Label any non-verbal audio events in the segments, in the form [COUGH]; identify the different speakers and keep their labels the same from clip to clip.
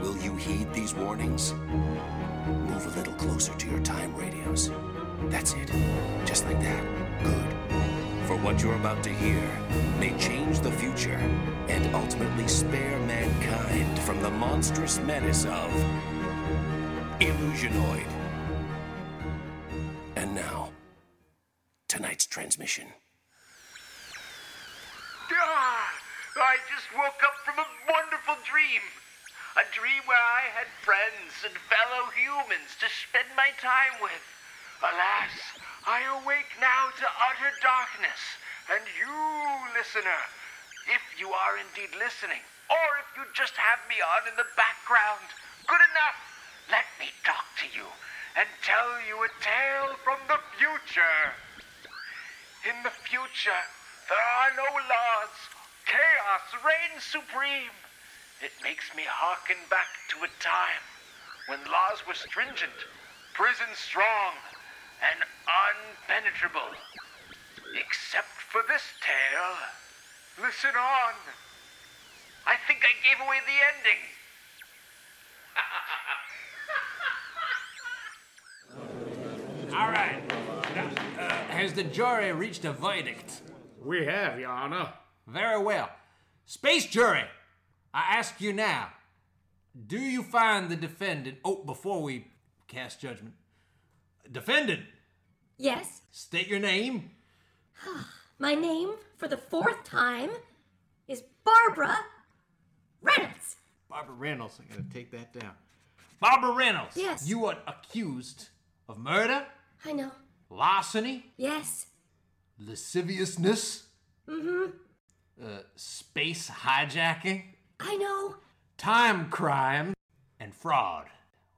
Speaker 1: Will you heed these warnings? Move a little closer to your time radios. That's it. Just like that. Good. For what you're about to hear may change the future and ultimately spare mankind from the monstrous menace of Illusionoid. And now, tonight's transmission.
Speaker 2: Ah, I just woke up from a wonderful dream. A dream where I had friends and fellow humans to spend my time with. Alas, I awake now to utter darkness. And you, listener, if you are indeed listening, or if you just have me on in the background, good enough. Let me talk to you and tell you a tale from the future. In the future, there are no laws. Chaos reigns supreme. It makes me hearken back to a time when laws were stringent, prison strong, and unpenetrable. Except for this tale. Listen on. I think I gave away the ending.
Speaker 3: [LAUGHS] All right. Now, uh, has the jury reached a verdict?
Speaker 4: We have, Your Honor.
Speaker 3: Very well. Space jury, I ask you now do you find the defendant. Oh, before we cast judgment. Defendant,
Speaker 5: Yes,
Speaker 3: state your name.
Speaker 5: my name for the fourth time is Barbara Reynolds.
Speaker 3: Barbara Reynolds.
Speaker 4: I gotta take that down.
Speaker 3: Barbara Reynolds.
Speaker 5: Yes.
Speaker 3: You are accused of murder,
Speaker 5: I know.
Speaker 3: larceny,
Speaker 5: Yes.
Speaker 3: lasciviousness, mm-hmm. uh, space hijacking.
Speaker 5: I know.
Speaker 3: time crime, and fraud.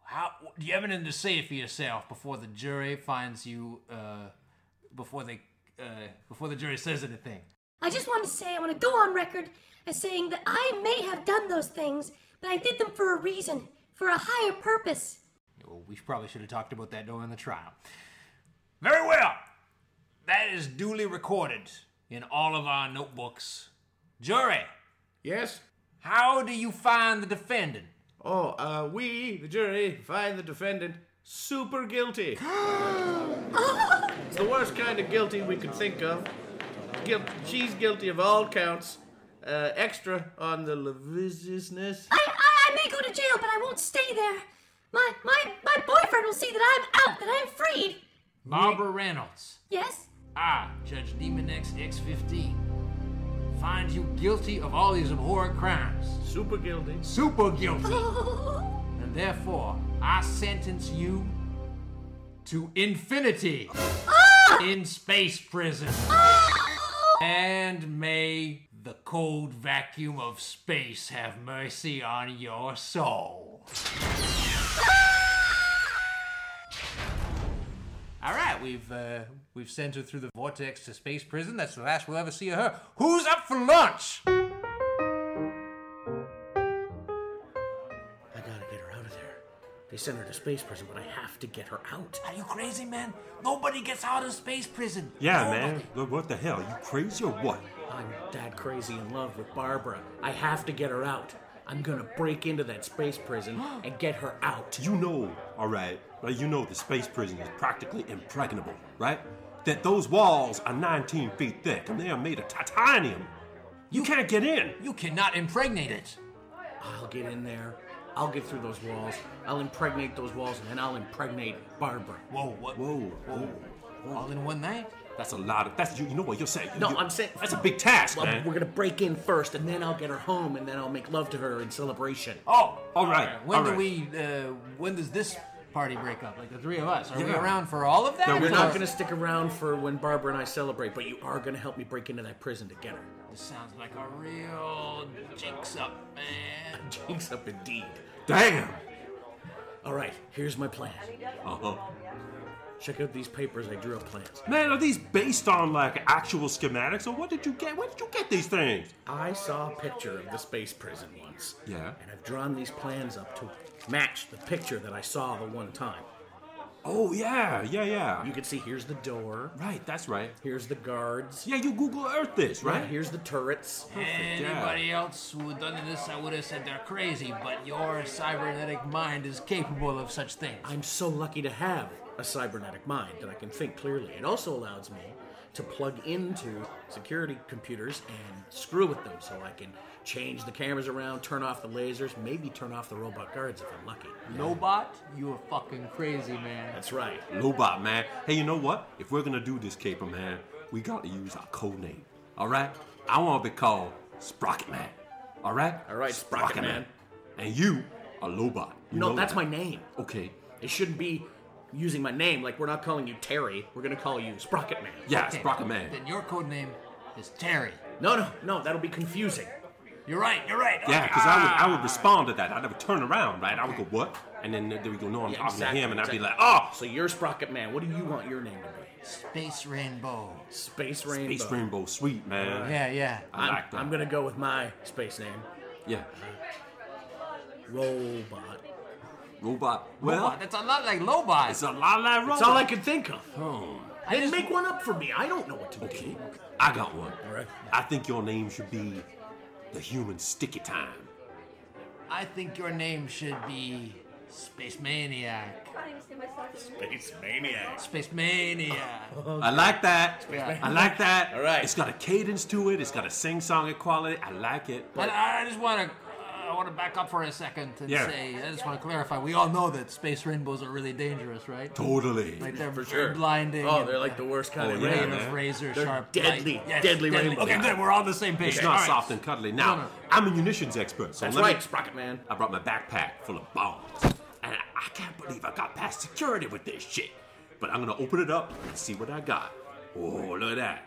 Speaker 3: How do you have anything to say for yourself before the jury finds you? Uh, before they, uh, before the jury says anything.
Speaker 5: I just want to say I want to go on record as saying that I may have done those things, but I did them for a reason, for a higher purpose.
Speaker 3: Well, we probably should have talked about that during the trial. Very well. That is duly recorded in all of our notebooks. Jury,
Speaker 4: Yes?
Speaker 3: how do you find the defendant?
Speaker 4: Oh, uh, we, the jury, find the defendant super guilty. [GASPS] it's the worst kind of guilty we could think of. Guilt, she's guilty of all counts. Uh, extra on the lasciviousness.
Speaker 5: I, I, I may go to jail, but I won't stay there. My, my, my boyfriend will see that I'm out, that I'm freed.
Speaker 3: Barbara Reynolds.
Speaker 5: Yes? [LAUGHS]
Speaker 3: I, Judge Demon X X15, find you guilty of all these abhorrent crimes.
Speaker 4: Super guilty.
Speaker 3: Super guilty.
Speaker 5: Oh,
Speaker 3: And therefore, I sentence you to infinity in space prison. And may the cold vacuum of space have mercy on your soul. All right, we've uh, we've sent her through the vortex to space prison. That's the last we'll ever see of her. Who's up for lunch?
Speaker 6: I gotta get her out of there. They sent her to space prison, but I have to get her out.
Speaker 3: Are you crazy, man? Nobody gets out of space prison.
Speaker 7: Yeah, man. Look, What the hell? You crazy or what?
Speaker 6: I'm that crazy in love with Barbara. I have to get her out. I'm gonna break into that space prison and get her out.
Speaker 7: You know, all right, well, you know the space prison is practically impregnable, right? That those walls are 19 feet thick and they are made of titanium. You can't get in.
Speaker 3: You cannot impregnate it.
Speaker 6: I'll get in there. I'll get through those walls. I'll impregnate those walls, and then I'll impregnate Barbara.
Speaker 3: Whoa, what?
Speaker 7: Whoa,
Speaker 3: Whoa. All in one night?
Speaker 7: That's a lot of. That's you. You know what you're saying.
Speaker 6: No,
Speaker 7: you-
Speaker 6: I'm saying
Speaker 7: that's a big task,
Speaker 6: Well,
Speaker 7: man.
Speaker 6: We're gonna break in first, and then I'll get her home, and then I'll make love to her in celebration.
Speaker 7: Oh, all right.
Speaker 3: When
Speaker 7: all
Speaker 3: do
Speaker 7: right.
Speaker 3: we, uh, when does this party break up? Like the three of us? Are we
Speaker 7: Yeah.
Speaker 3: around for all of that?
Speaker 7: No,
Speaker 6: You're
Speaker 7: we're
Speaker 6: not
Speaker 7: Yes.
Speaker 6: gonna stick around for when Barbara and I celebrate, but you are gonna help me break into that prison to get her. [LAUGHS]
Speaker 3: This sounds like a real jinx up, man.
Speaker 6: Jinx up indeed.
Speaker 7: Damn.
Speaker 6: All right, here's my plan.
Speaker 7: Uh huh.
Speaker 6: Check out these papers I drew up plans.
Speaker 7: Man, are these based on like actual schematics, or what did you get? Where did you get these things?
Speaker 6: I saw a picture of the space prison once.
Speaker 7: Yeah.
Speaker 6: And I've drawn these plans up to match the picture that I saw the one time.
Speaker 7: Oh yeah, yeah, yeah.
Speaker 6: You can see here's the door,
Speaker 7: right. That's right.
Speaker 6: here's the guards,
Speaker 7: Yeah, you Google Earth this, right?
Speaker 6: here's the turrets.
Speaker 7: Perfect, yeah.
Speaker 3: Anybody else who had done this, I would have said they're crazy, but your cybernetic mind is capable of such things.
Speaker 6: I'm so lucky to have a cybernetic mind that I can think clearly. It also allows me to plug into security computers and screw with them so I can change the cameras around, turn off the lasers, maybe turn off the robot guards if I'm lucky.
Speaker 3: Lobot, you are fucking crazy, man.
Speaker 6: That's right.
Speaker 7: Lobot, man. Hey, you know what? If we're gonna do this caper, man, we gotta use our code name. All right? I wanna be called Sprocket Man. All right?
Speaker 6: All right, Sprocket Man.
Speaker 7: And you are Lobot. You
Speaker 6: No,
Speaker 7: know
Speaker 6: that's
Speaker 7: that.
Speaker 6: my name.
Speaker 7: Okay.
Speaker 6: It shouldn't be using my name. Like, we're not calling you Terry. We're going to call you Sprocket Man.
Speaker 7: Yeah, Sprocket Man.
Speaker 3: Then your code name is Terry.
Speaker 6: No, no, no. That'll be confusing.
Speaker 3: You're right, you're right.
Speaker 7: Yeah, because I would
Speaker 6: Ah.
Speaker 7: I would respond to that. I'd never turn around, right? I would go, what? And then there we go, no, I'm
Speaker 6: Yeah,
Speaker 7: talking
Speaker 6: exactly,
Speaker 7: to him, and I'd be like,
Speaker 6: exactly.
Speaker 7: oh,
Speaker 6: So you're Sprocket Man. What do you want your name to be?
Speaker 3: Space Rainbow.
Speaker 6: Space Rainbow.
Speaker 7: Space Rainbow, sweet, man.
Speaker 3: Yeah, yeah.
Speaker 7: I
Speaker 6: I'm,
Speaker 7: like that.
Speaker 6: I'm gonna go with my space name,
Speaker 7: Yeah.
Speaker 6: Robot.
Speaker 7: Robot. Well,
Speaker 3: Lobot, that's a lot like Lobot.
Speaker 7: it's a lot like Robot.
Speaker 6: That's all I could think of.
Speaker 3: I
Speaker 6: Then
Speaker 3: just-
Speaker 6: make one up for me. I don't know what to do.
Speaker 7: Okay, I got one.
Speaker 6: right.
Speaker 7: I think your name should be the Human Sticky Time.
Speaker 3: I think your name should be Space Maniac.
Speaker 6: Space Maniac.
Speaker 3: Space Maniac.
Speaker 7: I like that.
Speaker 3: Yeah.
Speaker 7: I like that.
Speaker 6: All right.
Speaker 7: It's got a cadence to it. It's got a sing-song quality. I like it.
Speaker 3: But I I just want to. I want to back up for a second and
Speaker 7: Yeah.
Speaker 3: say I just want to clarify. We all know that space rainbows are really dangerous, right?
Speaker 7: Totally.
Speaker 3: Like they're
Speaker 6: For sure.
Speaker 3: blinding.
Speaker 6: Oh,
Speaker 3: and
Speaker 6: they're like the worst kind
Speaker 7: Oh,
Speaker 6: of
Speaker 7: yeah,
Speaker 3: ray
Speaker 6: rain.
Speaker 7: man.
Speaker 3: of razor
Speaker 6: They're
Speaker 3: sharp,
Speaker 6: deadly,
Speaker 3: light. Yes,
Speaker 6: deadly rainbow.
Speaker 3: Okay,
Speaker 7: Yeah.
Speaker 3: good. We're on the same page.
Speaker 7: It's
Speaker 3: All
Speaker 7: not
Speaker 3: right.
Speaker 7: soft and cuddly. Now,
Speaker 3: No, no.
Speaker 7: I'm a munitions expert, so
Speaker 6: That's
Speaker 7: let
Speaker 6: right,
Speaker 7: me.
Speaker 6: Sprocket Man.
Speaker 7: I brought my backpack full of bombs, and I, I can't believe I got past security with this shit. But I'm gonna open it up and see what I got. Oh, look at that.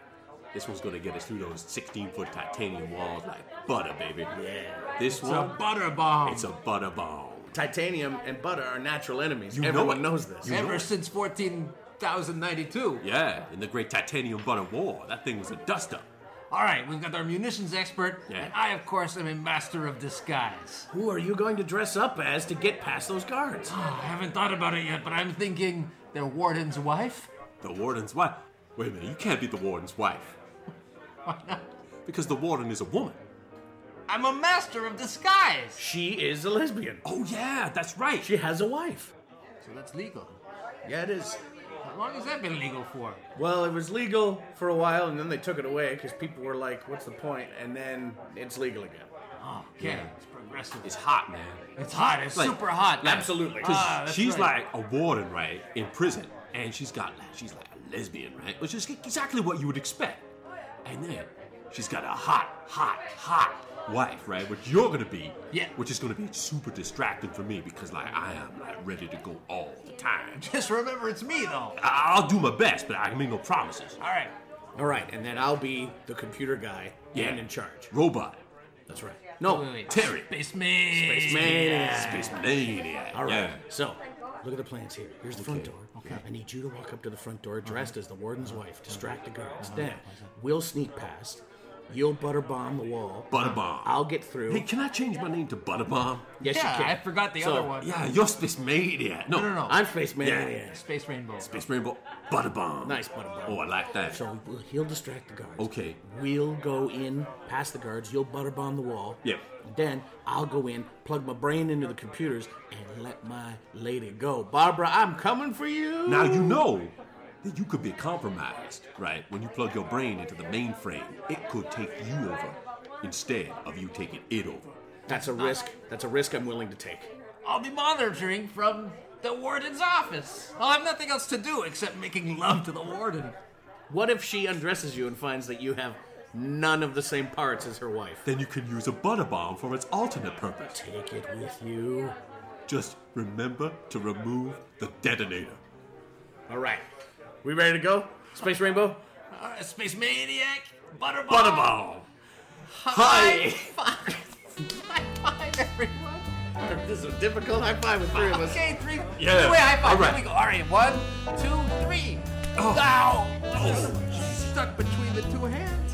Speaker 7: This one's gonna get us through those 16-foot titanium walls like butter, baby. Yeah. This
Speaker 3: It's a
Speaker 7: one,
Speaker 3: butter bomb.
Speaker 7: it's a butter bomb.
Speaker 6: Titanium and butter are natural enemies.
Speaker 7: You know
Speaker 6: Everyone
Speaker 7: it.
Speaker 6: knows this.
Speaker 7: You-
Speaker 3: Ever since 14,092.
Speaker 7: Yeah, in the Great Titanium Butter War, that thing was a dust-up.
Speaker 3: All right, we've got our munitions expert,
Speaker 7: Yeah.
Speaker 3: and I, of course, am a master of disguise.
Speaker 6: Who are you going to dress up as to get past those guards?
Speaker 3: I haven't thought about it yet, but I'm thinking the warden's wife. [LAUGHS]
Speaker 7: The warden's wife. Wait a minute, you can't be the warden's wife. Because the warden is a woman.
Speaker 3: I'm a master of disguise.
Speaker 6: She is a lesbian.
Speaker 7: Oh yeah, that's right.
Speaker 6: She has a wife.
Speaker 3: So that's legal.
Speaker 6: Yeah, it is.
Speaker 3: How long has that been legal for?
Speaker 4: Well, it was legal for a while, and then they took it away because people were like, "What's the point?" And then it's legal again.
Speaker 3: Oh, okay. It's progressive.
Speaker 7: It's hot, man.
Speaker 3: It's hot. It's
Speaker 7: Like-
Speaker 3: super hot.
Speaker 7: Absolutely.
Speaker 3: Ah, that's
Speaker 7: she's
Speaker 3: right.
Speaker 7: like a warden, right, in prison, and she's got like she's like a lesbian, right, which is exactly what you would expect. And then she's got a hot, hot, hot wife, right, which you're gonna be.
Speaker 3: Yeah.
Speaker 7: Which is gonna be super distracting for me because like I am like ready to go all the time.
Speaker 3: Just remember, it's me though.
Speaker 7: I- I'll do my best, but I can make no promises.
Speaker 3: All right.
Speaker 6: All right, and then I'll be the computer guy
Speaker 7: Yeah.
Speaker 6: and in charge.
Speaker 7: Robot.
Speaker 6: That's right. No,
Speaker 3: Wait, wait.
Speaker 7: Terry.
Speaker 3: Space man.
Speaker 6: Space Maniac.
Speaker 7: Space maniac.
Speaker 6: All right.
Speaker 7: Yeah.
Speaker 3: Oh
Speaker 6: So, look at the plans here. Here's the front
Speaker 7: Okay.
Speaker 6: door. Okay. I need you to walk up to the front door dressed as the warden's wife, distract the guards.
Speaker 3: Uh-huh.
Speaker 6: Then we'll sneak past. You'll butter bomb the wall.
Speaker 7: Butterbomb.
Speaker 6: I'll get through.
Speaker 7: Hey, can I change my name to Butterbomb?
Speaker 6: yes,
Speaker 3: yeah,
Speaker 6: you can.
Speaker 3: I forgot the
Speaker 6: So,
Speaker 3: other one.
Speaker 7: Yeah, you're Space Maniac. No,
Speaker 3: No, no, no.
Speaker 6: I'm Space Man.
Speaker 7: Yeah.
Speaker 3: Space rainbow.
Speaker 7: Space Rainbow Butterbomb.
Speaker 6: Nice Butterbomb.
Speaker 7: Oh, I like that.
Speaker 6: So we'll, he'll distract the guards.
Speaker 7: Okay.
Speaker 6: We'll go in past the guards. You'll butter bomb the wall.
Speaker 7: Yeah.
Speaker 6: Then I'll go in, plug my brain into the computers, and let my lady go. Barbara, I'm coming for you.
Speaker 7: Now you know that you could be compromised, right? When you plug your brain into the mainframe, it could take you over. instead of you taking it over.
Speaker 6: That's a risk. That's a risk I'm willing to take.
Speaker 1: I'll be monitoring from the warden's office. I'll have nothing else to do except making love to the warden.
Speaker 6: What if she undresses you and finds that you have none of the same parts as her wife?
Speaker 7: Then you can use a butter bomb for its alternate purpose.
Speaker 6: Take it with you.
Speaker 7: Just remember to remove the detonator.
Speaker 6: All right. We ready to go? Space Rainbow?
Speaker 1: All right, Space Maniac, Butterball.
Speaker 7: Butter bomb!
Speaker 1: [LAUGHS]
Speaker 7: Hi!
Speaker 1: High five, everyone.
Speaker 6: This is a difficult high five with three of us.
Speaker 1: Okay, three.
Speaker 7: Yeah,
Speaker 1: Three-way high five.
Speaker 7: all right.
Speaker 1: Here we go. All right, one, two, three.
Speaker 7: Oh.
Speaker 1: Ow! Stuck between the two hands.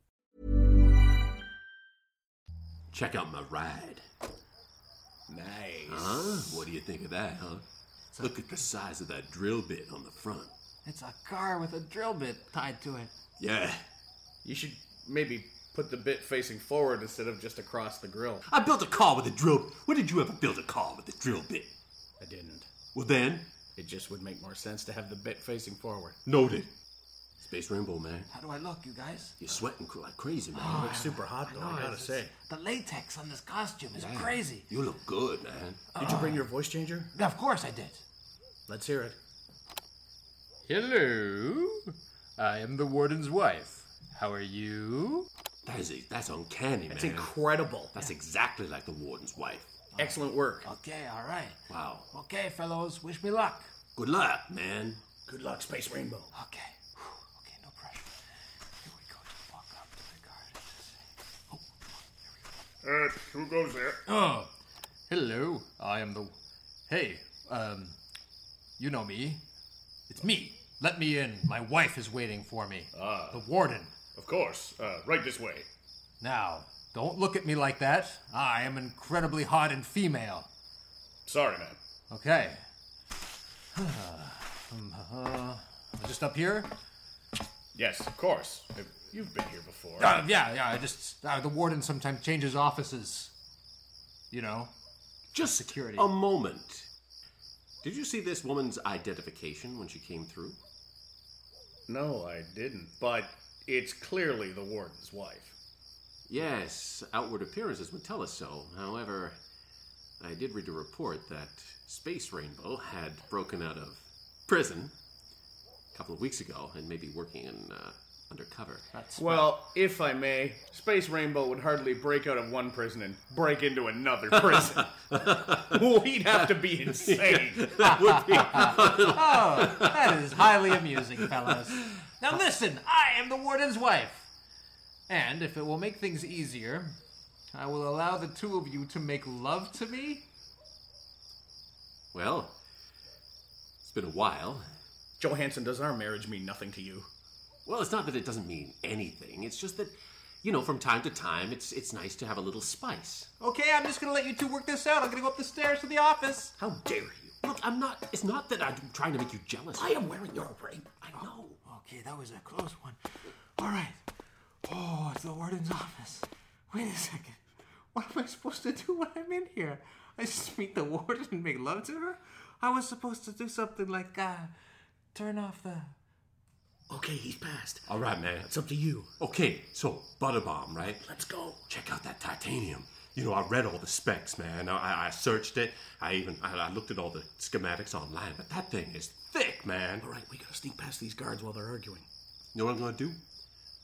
Speaker 7: Check out my ride.
Speaker 6: Nice.
Speaker 7: Huh? What do you think of that, huh? Look at the size of that drill bit on the front.
Speaker 1: It's a car with a drill bit tied to it.
Speaker 7: Yeah.
Speaker 6: You should maybe put the bit facing forward instead of just across the grill.
Speaker 7: I built a car with a drill. When did you ever build a car with a drill bit?
Speaker 6: I didn't.
Speaker 7: Well, then,
Speaker 6: It just would make more sense to have the bit facing forward.
Speaker 7: noted. Space Rainbow, man.
Speaker 1: How do I look, you guys? Oh,
Speaker 7: You're sweating cr- like crazy, man.
Speaker 6: Looks super hot though, I, gotta say.
Speaker 1: The latex on this costume is
Speaker 7: Man,
Speaker 1: crazy.
Speaker 7: You look good, man.
Speaker 6: Did you bring your voice changer?
Speaker 1: Of course I did.
Speaker 6: Let's hear it.
Speaker 3: Hello. I am the warden's wife. How are you?
Speaker 7: That is that's uncanny,
Speaker 6: That's
Speaker 7: man.
Speaker 6: incredible.
Speaker 7: That's exactly like the warden's wife.
Speaker 6: Excellent work.
Speaker 1: Okay, all right.
Speaker 7: Wow.
Speaker 1: Okay, fellows, wish me luck.
Speaker 7: Good luck, man.
Speaker 6: Good luck, Space Rainbow.
Speaker 1: Okay. Whew. Okay, no pressure. Here we go. Just walk up to the car. and just say, Oh,
Speaker 3: Uh, who goes there? Oh. Hello. I am the. Hey. Um. You know me. It's me. Let me in. My wife is waiting for me. Uh, the warden.
Speaker 8: Of course. Uh, right this way.
Speaker 3: Now, don't look at me like that. I am incredibly hot and female.
Speaker 8: Sorry, man.
Speaker 1: [SIGHS]
Speaker 3: Okay. Um, uh, just up here?
Speaker 8: Yes, of course. If You've been here before.
Speaker 6: Ah!
Speaker 3: Uh, yeah, yeah. I just uh, the warden sometimes changes offices. You know.
Speaker 7: Just
Speaker 3: Security.
Speaker 1: Oh.
Speaker 7: A moment. Did you see this woman's identification when she came through?
Speaker 8: No, I didn't. But it's clearly the warden's wife.
Speaker 7: Yes, outward appearances would tell us so. However, I did read a report that Space Rainbow had broken out of prison a couple of weeks ago and may be working in uh, undercover.
Speaker 6: Well, if I may, Space Rainbow would hardly break out of one prison and break into another [LAUGHS] prison. We'd have to be [LAUGHS] insane.
Speaker 7: that would be
Speaker 1: Oh, that is highly amusing, fellas. Now listen, I am the warden's wife. And if it will make things easier, I will allow the two of you to make love to me.
Speaker 7: Well, it's been a while.
Speaker 6: Johansson, does our marriage mean nothing to you?
Speaker 7: Well, it's not that it doesn't mean anything. It's just that, you know, from time to time, it's it's nice to have a little spice.
Speaker 1: Okay, I'm just gonna let you two work this out. I'm gonna go up the stairs to the office.
Speaker 7: How dare you? Look, I'm not. It's not that I'm trying to make you jealous. I am wearing your ring. I know.
Speaker 1: Oh, Okay, that was a close one. All right. Oh, it's the warden's office. Wait a second. What am I supposed to do when I'm in here? I just meet the [LAUGHS] warden and make love to her? I was supposed to do something like, uh, turn off the.
Speaker 9: Okay, he's passed.
Speaker 7: All right, man.
Speaker 9: It's up to you.
Speaker 7: Okay, so butter bomb, right?
Speaker 9: Let's go.
Speaker 7: Check out that titanium. You know, I read all the specs, man. I, I searched it. I even I, I looked at all the schematics online. But that thing is thick, man.
Speaker 9: All right, we gotta sneak past these guards while they're arguing.
Speaker 7: You know what I'm gonna do?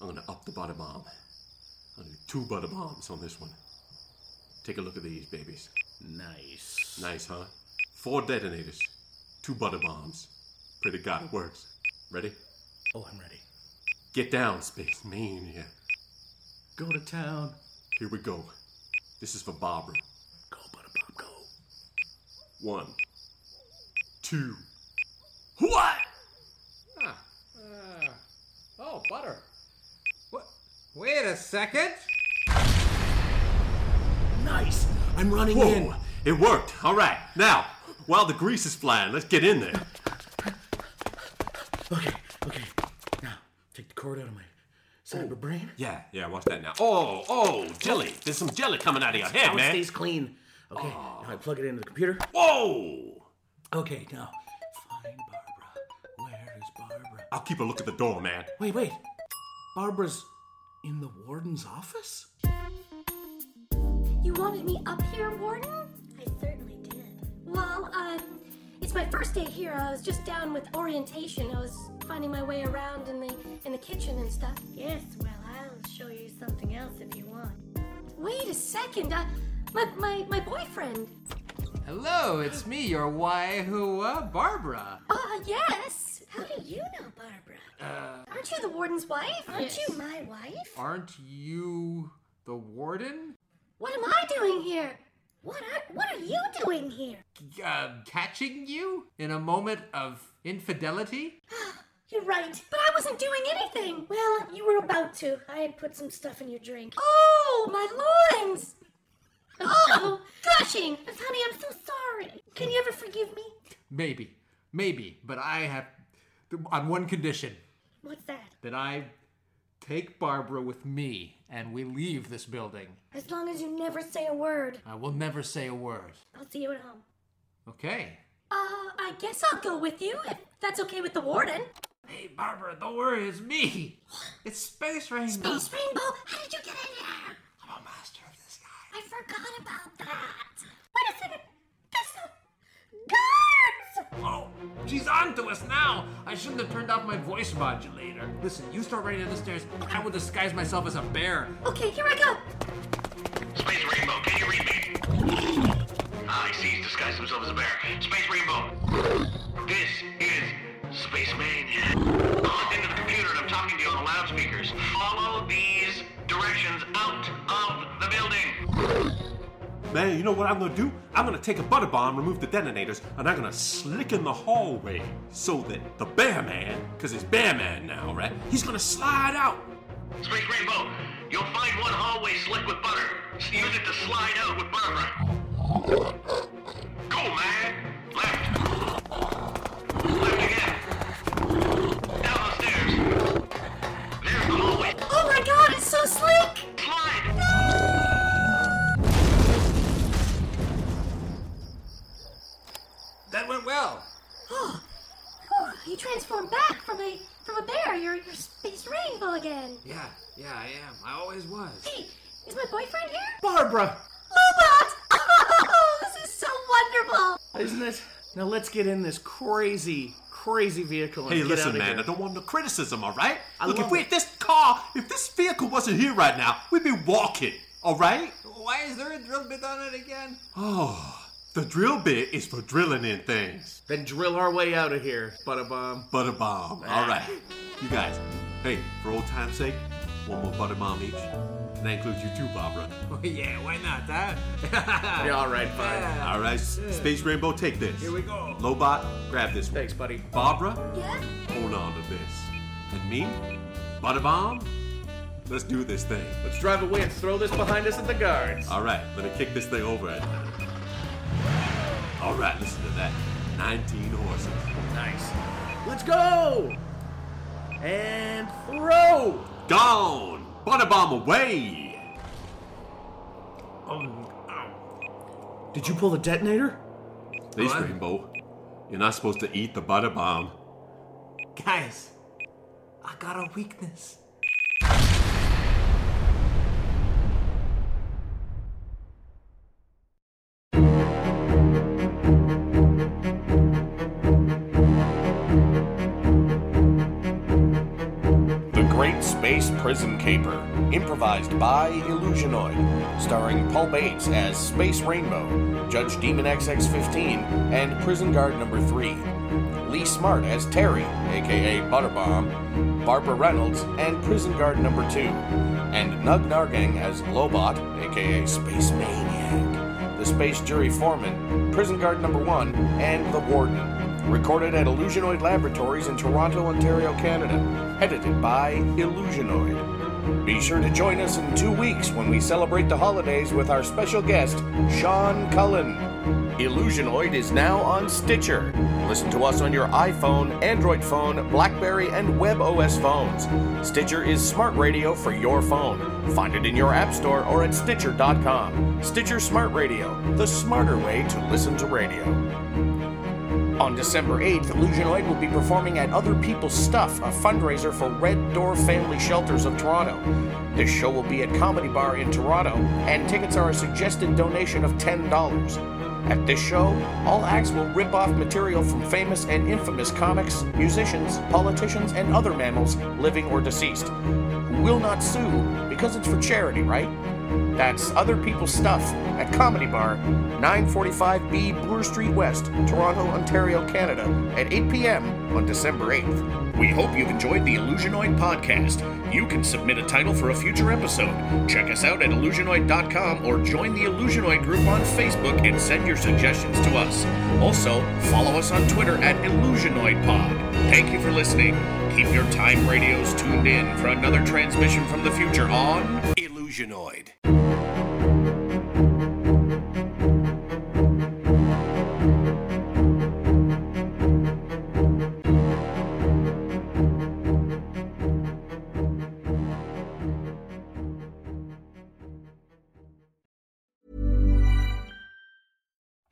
Speaker 7: I'm gonna up the butter bomb. I'll do two butter bombs on this one. Take a look at these babies.
Speaker 6: Nice.
Speaker 7: Nice, huh? Four detonators, two butter bombs. Pray to God it works. Ready?
Speaker 9: Oh, I'm ready.
Speaker 7: Get down, space mania.
Speaker 6: Go to town.
Speaker 7: Here we go. This is for Barbara.
Speaker 9: Go, Butterbomb, go.
Speaker 7: One.
Speaker 10: Two.
Speaker 7: What?
Speaker 3: Ah. Uh, oh, butter. What? Wait a second.
Speaker 6: Nice. I'm running
Speaker 7: Whoa,
Speaker 6: in.
Speaker 7: it worked. All right, now, while the grease is flying, let's get in there.
Speaker 6: Okay. Now, take the cord out of my cyber brain.
Speaker 7: Yeah, yeah, watch that now. Oh, oh, jelly. There's some jelly coming out of your hair,
Speaker 6: Now It
Speaker 7: man.
Speaker 6: stays clean. Okay. Now I plug it into the computer.
Speaker 7: Whoa!
Speaker 6: Okay. Now, find Barbara. Where is Barbara?
Speaker 7: I'll keep a look at the door, man.
Speaker 6: Wait, wait. Barbara's in the warden's office.
Speaker 5: You wanted me up here, Warden? I certainly did. Well, um, it's my first day here. I was just down with orientation. I was finding my way around in the in the kitchen and stuff. Yes, well, I'll show you something else if you want. Wait a second. Uh, my, my my boyfriend.
Speaker 3: Hello, it's me, your Waihua Barbara.
Speaker 5: Uh, yes. How do you know Barbara?
Speaker 3: Uh,
Speaker 5: Aren't you the warden's wife? Aren't you my wife?
Speaker 3: aren't you the warden?
Speaker 5: What am I doing here? What are, what are you doing here?
Speaker 3: Uh, catching you in a moment of infidelity?
Speaker 5: You're right, but I wasn't doing anything. Well, you were about to. I had put some stuff in your drink. Oh, my loins! [LAUGHS] Oh, gushing! Honey, I'm so sorry. Can you ever forgive me?
Speaker 3: Maybe, maybe, but I have on one condition
Speaker 5: What's that?
Speaker 3: that I take Barbara with me and we leave this building.
Speaker 5: As long as you never say a word,
Speaker 3: I will never say a word.
Speaker 5: I'll see you at home.
Speaker 3: Okay.
Speaker 5: Uh, I guess I'll go with you if that's okay with the warden.
Speaker 3: Hey, Barbara, don't worry, it's me. It's Space Rainbow.
Speaker 5: Space Rainbow, how did you get in here?
Speaker 3: I'm a master of this guy.
Speaker 5: I forgot about that. Wait a second. There's some guards.
Speaker 3: Oh, she's on to us now. I shouldn't have turned off my voice modulator. Listen, you start running down the stairs. I will disguise myself as a bear.
Speaker 5: Okay, here I go.
Speaker 2: Space Rainbow, can you read me? Ah, I see he's disguised himself as a bear. Space Rainbow. This is Spaceman. Logged into the computer and I'm talking to you on the loudspeakers. Follow these directions out of the building.
Speaker 7: Man, you know what I'm gonna do? I'm gonna take a butter bomb, remove the detonators, and I'm gonna slick in the hallway so that the bear man, because it's bear man now, right? He's gonna slide out.
Speaker 2: Space Rainbow, you'll find one hallway slick with butter. Use it to slide out with Barbara. Go, man! Left. Left again. Down the stairs. There's the hallway.
Speaker 5: Oh my god, it's so slick!
Speaker 2: Slide!
Speaker 3: That went well.
Speaker 5: Oh, oh, you transformed back from a from a bear. You're you're space rainbow again.
Speaker 3: Yeah, yeah, I am. I always was. [LAUGHS]
Speaker 5: Hey, is my boyfriend here?
Speaker 6: Barbara.
Speaker 5: Lobot! [LAUGHS] Oh, this is so wonderful.
Speaker 6: Isn't it? Now let's get in this crazy, crazy vehicle and
Speaker 7: Hey,
Speaker 6: get out
Speaker 7: listen,
Speaker 6: of
Speaker 7: man, I
Speaker 6: here.
Speaker 7: don't want no criticism, all right?
Speaker 6: I
Speaker 7: Look, if
Speaker 6: love
Speaker 7: we,
Speaker 6: it.
Speaker 7: if this car, if this vehicle wasn't here right now, we'd be walking, all right?
Speaker 3: Why is there a drill bit on it again?
Speaker 7: Oh, the drill bit is for drilling in things.
Speaker 6: Then drill our way out of here, bada bomb.
Speaker 7: Butter bomb.
Speaker 3: Ah.
Speaker 7: All right. You guys, hey, for old time's sake, one more butter bomb each. And that includes you too,
Speaker 3: [LAUGHS]
Speaker 7: Barbara.
Speaker 3: Oh, yeah, why not, huh?
Speaker 6: Yeah, all right, fine.
Speaker 7: All right, S- Space Rainbow, take this. Here
Speaker 3: we go.
Speaker 7: Lobot, grab this one.
Speaker 6: Thanks, buddy.
Speaker 7: Barbara,
Speaker 5: Yeah?
Speaker 7: hold on to this. And me, butter bomb, let's do this thing.
Speaker 6: Let's drive away and throw this behind us at the guards.
Speaker 7: All right, let me kick this thing over. All right, listen to that. 19 horses.
Speaker 6: Nice. Let's go! And throw!
Speaker 7: Gone! Butterbomb away!
Speaker 6: Oh, Did you pull the detonator?
Speaker 7: Space
Speaker 3: What?
Speaker 7: Rainbow, you're not supposed to eat the butter bomb.
Speaker 3: Guys, I got a weakness.
Speaker 1: The Great Space Prison Caper, improvised by Illusionoid, starring Paul Bates as Space Rainbow, Judge Demon XX15, and Prison Guard Number 3, Lee Smart as Terry, aka Butterbomb, Barbara Reynolds, and Prison Guard Number 2, and Nug Nargang as Lobot, aka Space Maniac. The
Speaker 6: Space Jury Foreman, Prison Guard Number One, and The Warden. Recorded at Illusionoid Laboratories in Toronto, Ontario, Canada. Edited by Illusionoid. Be sure to join us in two weeks when we celebrate the holidays with our special guest, Sean Cullen. Illusionoid is now on Stitcher. Listen to us on your iPhone, Android phone, Blackberry, and WebOS phones. Stitcher is smart radio for your phone. Find it in your App Store or at Stitcher.com. Stitcher Smart Radio, the smarter way to listen to radio. On December 8th, Illusionoid will be performing at Other People's Stuff, a fundraiser for Red Door Family Shelters of Toronto. This show will be at Comedy Bar in Toronto, and tickets are a suggested donation of $10. At this show, all acts will rip off material from famous and infamous comics, musicians, politicians, and other mammals, living or deceased. Who will not sue because it's for charity, right? That's Other People's Stuff at Comedy Bar, 945B Bloor Street West, Toronto, Ontario, Canada, at 8 p.m. on December 8th. We hope you've enjoyed the Illusionoid podcast. You can submit a title for a future episode. Check us out at illusionoid.com or join the Illusionoid group on Facebook and send your suggestions to us. Also, follow us on Twitter at IllusionoidPod. Thank you for listening. Keep your time radios tuned in for another transmission from the future on Illusionoid.